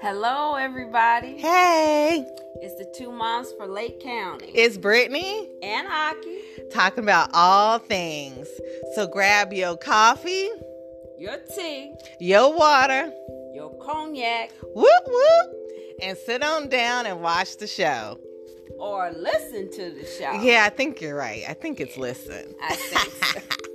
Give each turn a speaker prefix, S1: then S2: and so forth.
S1: Hello, everybody.
S2: Hey,
S1: It's the two moms for Lake County
S2: it's Brittany
S1: and Aki.
S2: talking about all things. So grab your coffee,
S1: Your tea,
S2: your water,
S1: your cognac,
S2: whoop whoop, and sit on down and watch the show.
S1: or listen to the show.
S2: Yeah, I think you're right. I think it's listen.
S1: I think so.